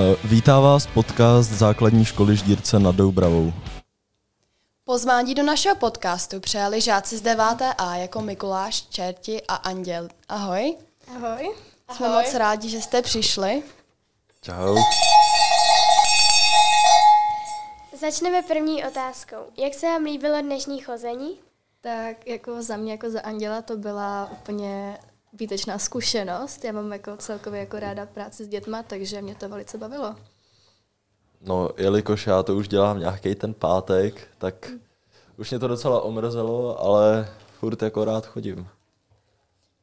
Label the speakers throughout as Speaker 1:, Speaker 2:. Speaker 1: Eh, Vítá vás podcast Základní školy Ždírce nad Doubravou.
Speaker 2: Pozvání do našeho podcastu přijali žáci z 9A jako Mikuláš, Čerti a Anděl. Ahoj.
Speaker 3: Ahoj.
Speaker 2: Jsme moc rádi, že jste přišli.
Speaker 1: Čau.
Speaker 3: Začneme první otázkou. Jak se vám líbilo dnešní chození?
Speaker 4: Tak jako za mě, jako za Anděla, to byla úplně výtečná zkušenost. Já mám jako celkově jako ráda práci s dětma, takže mě to velice bavilo.
Speaker 1: No, jelikož já to už dělám nějaký ten pátek, tak už mě to docela omrzelo, ale furt jako rád chodím.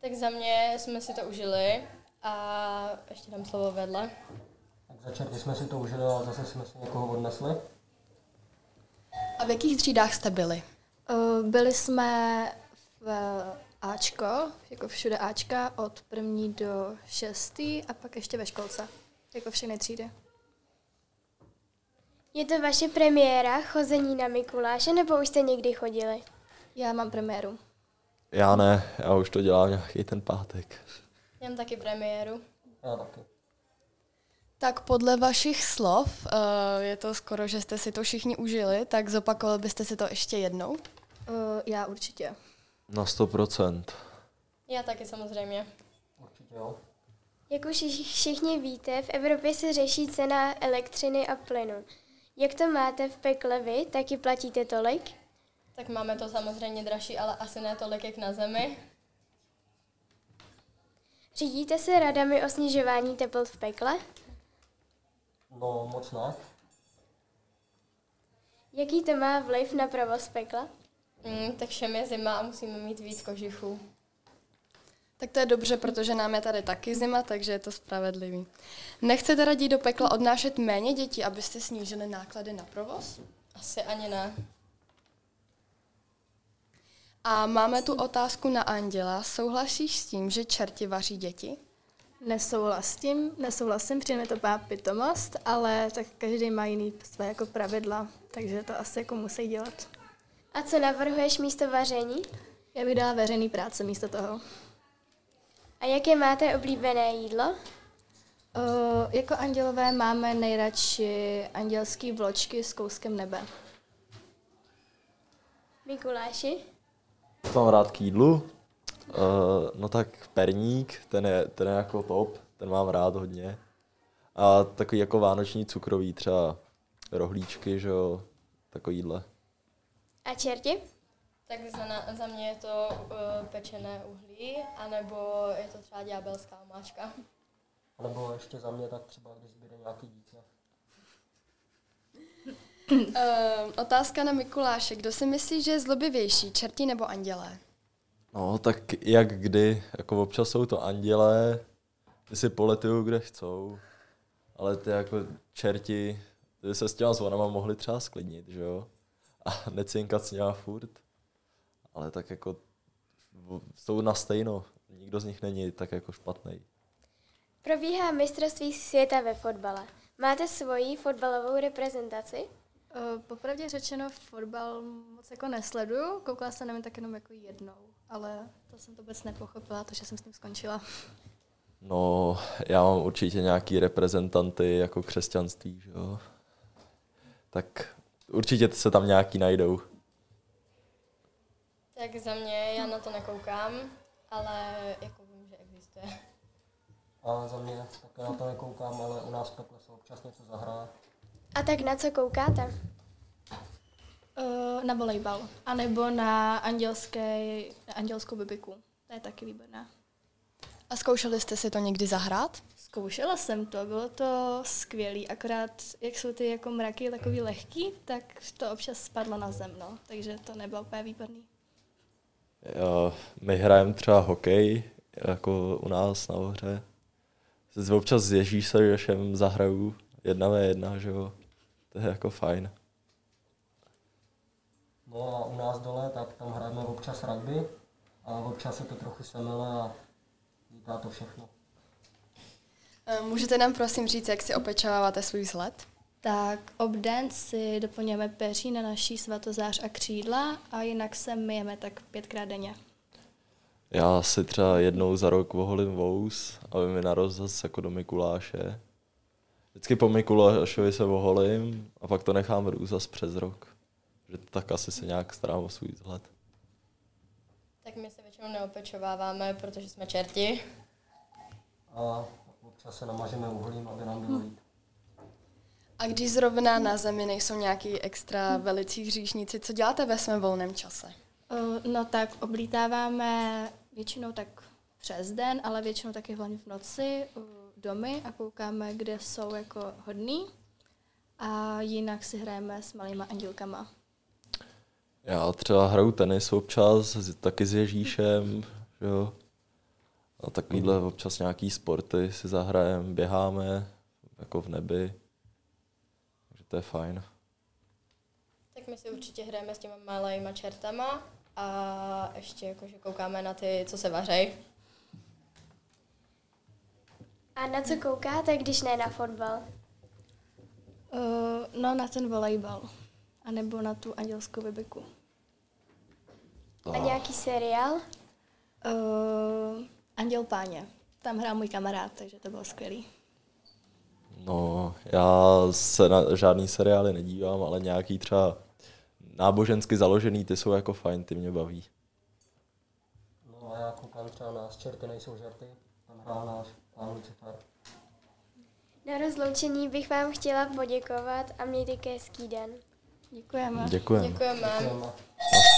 Speaker 5: Tak za mě jsme si to užili a ještě dám slovo vedle.
Speaker 6: Tak začali jsme si to užili, ale zase jsme si někoho odnesli.
Speaker 2: A v jakých třídách jste byli?
Speaker 4: Eh, Byli jsme v Ačko, jako všude Ačka, od první do šestý a pak ještě ve školce, jako všechny třídy.
Speaker 3: Je to vaše premiéra chození na Mikuláše, nebo už jste někdy chodili?
Speaker 4: Já mám premiéru.
Speaker 1: Já ne, já už to dělám nějaký ten pátek.
Speaker 5: Jen taky premiéru.
Speaker 6: Já taky.
Speaker 2: Tak podle vašich slov, eh, je to skoro, že jste si to všichni užili, tak zopakovali byste si to ještě jednou?
Speaker 4: Eh, Já určitě.
Speaker 1: Na 100%.
Speaker 5: Já taky samozřejmě.
Speaker 6: Určitě jo.
Speaker 3: Jak už již všichni víte, v Evropě se řeší cena elektřiny a plynu. Jak to máte v pekle vy, taky platíte tolik?
Speaker 5: Tak máme to samozřejmě dražší, ale asi ne tolik, jak na zemi.
Speaker 3: Řídíte se radami o snižování teplot v pekle?
Speaker 6: No moc ne.
Speaker 3: Jaký to má vliv na provoz pekla?
Speaker 5: Mm, tak všem je zima a musíme mít víc kožichů.
Speaker 2: Tak to je dobře, protože nám je tady taky zima, takže je to spravedlivý. Nechcete raději do pekla odnášet méně dětí, abyste snížili náklady na provoz?
Speaker 5: Asi ani ne.
Speaker 2: A máme tu otázku na Anděla. Souhlasíš s tím, že čerti vaří děti?
Speaker 4: Nesouhlasím, nesouhlasím, přijde mi to pá pitomost, ale tak každý má jiný své jako pravidla, takže to asi jako musí dělat.
Speaker 3: A co navrhuješ místo vaření?
Speaker 4: Já bych dala veřejný práce místo toho.
Speaker 3: A jaké máte oblíbené jídlo?
Speaker 4: Uh, jako andělové máme nejradši andělský vločky s kouskem nebe.
Speaker 3: Mikuláši?
Speaker 1: Co mám rád k jídlu? Uh, no tak perník, ten je, ten je jako top, ten mám rád hodně. A takový jako vánoční cukroví třeba rohlíčky, že jo, takový jídle.
Speaker 3: A čerti?
Speaker 5: Tak za, na, za mě je to uh, pečené uhlí, anebo je to třeba ďábelská omáčka.
Speaker 6: A nebo ještě za mě tak třeba, když zbyde nějaký dítě.
Speaker 2: Ehm, otázka na Mikuláše. Kdo si myslí, že je zlobivější, čerti nebo andělé?
Speaker 1: No, tak jak kdy, jako občas jsou to andělé, ty si poletují, kde chcou, ale ty jako čerti, ty by se s těma zvonama mohli třeba sklidnit, že jo? A necinkat s něma furt. Ale tak jako v- jsou na stejno, nikdo z nich není tak jako špatný.
Speaker 3: Probíhá mistrovství světa ve fotbale. Máte svoji fotbalovou reprezentaci?
Speaker 4: Uh, popravdě řečeno, fotbal moc jako nesleduju, koukala jsem na něj tak jenom jako jednou, ale to jsem to vůbec nepochopila, takže jsem s tím skončila.
Speaker 1: No, já mám určitě nějaký reprezentanty jako křesťanství, že jo? Tak určitě se tam nějaký najdou.
Speaker 5: Tak za mě, já na to nekoukám, ale jako vím, že existuje.
Speaker 6: A za mě také na to nekoukám, ale u nás v pekle se občas něco zahraje.
Speaker 3: A tak na co koukáte?
Speaker 4: Uh, na volejbal, anebo na, andělské, na andělskou bibiku, to je taky výborná.
Speaker 2: A zkoušeli jste si to někdy zahrát?
Speaker 4: Zkoušela jsem to, bylo to skvělý, akorát jak jsou ty jako mraky takový lehký, tak to občas spadlo na zem, no. takže to nebylo úplně výborný.
Speaker 1: Jo, my hrajeme třeba hokej, jako u nás na hře. Z- Občas s Ježíšem Jošem zahraju jedna v jedna, že jo. To je jako fajn.
Speaker 6: No a u nás dole, tak tam hrajeme občas rugby a občas se to trochu semele a lítá to všechno.
Speaker 2: Ehm, Můžete nám prosím říct, jak si opečováváte svůj vzhled?
Speaker 4: Tak obden si doplňujeme peří na naší svatozář a křídla a jinak se myjeme tak pětkrát denně.
Speaker 1: Já si třeba jednou za rok voholím vous, aby mi narost zase jako do Mikuláše.
Speaker 7: Vždycky po Mikulášovi se oholím a pak to nechám růst zas přes rok. Že tak asi se nějak starám o svůj vzhled.
Speaker 5: Tak my se většinou neopečováváme, protože jsme čerti.
Speaker 6: A občas se namažeme uhlím, aby nám bylo líp.
Speaker 2: A když zrovna na zemi nejsou nějaký extra velicí hříšníci, co děláte ve svém volném čase?
Speaker 4: Eh, No tak oblítáváme většinou tak přes den, ale většinou taky hlavně v noci eh, domy a koukáme, kde jsou jako hodný. A jinak si hrajeme s malýma andílkama.
Speaker 7: Já třeba hraju tenis občas, s- taky s Ježíšem, že jo. A takovýhle občas nějaký sporty si zahrajem, běháme, jako v nebi. Takže to je fajn.
Speaker 5: Tak my si určitě hrajeme s těma malejma čertama a ještě jakože koukáme na ty, co se vařej.
Speaker 3: A na co koukáte, když ne na fotbal?
Speaker 4: Eh, No na ten volejbal. A nebo na tu andělskou vybeku.
Speaker 3: A nějaký seriál?
Speaker 4: Uh, Anděl páně. Tam hrál můj kamarád, takže to bylo skvělý.
Speaker 7: No, já se na žádný seriály nedívám, ale nějaký třeba nábožensky založený, ty jsou jako fajn, ty mě baví.
Speaker 6: No a já koukám třeba na Z čerty nejsou žerty, tam hrál náš pán Lucifer.
Speaker 3: Na rozloučení bych vám chtěla poděkovat a mějte hezký den.
Speaker 4: Děkujeme.
Speaker 7: Děkujeme.
Speaker 5: Děkujeme.
Speaker 6: Děkujeme.
Speaker 7: Naschledanou.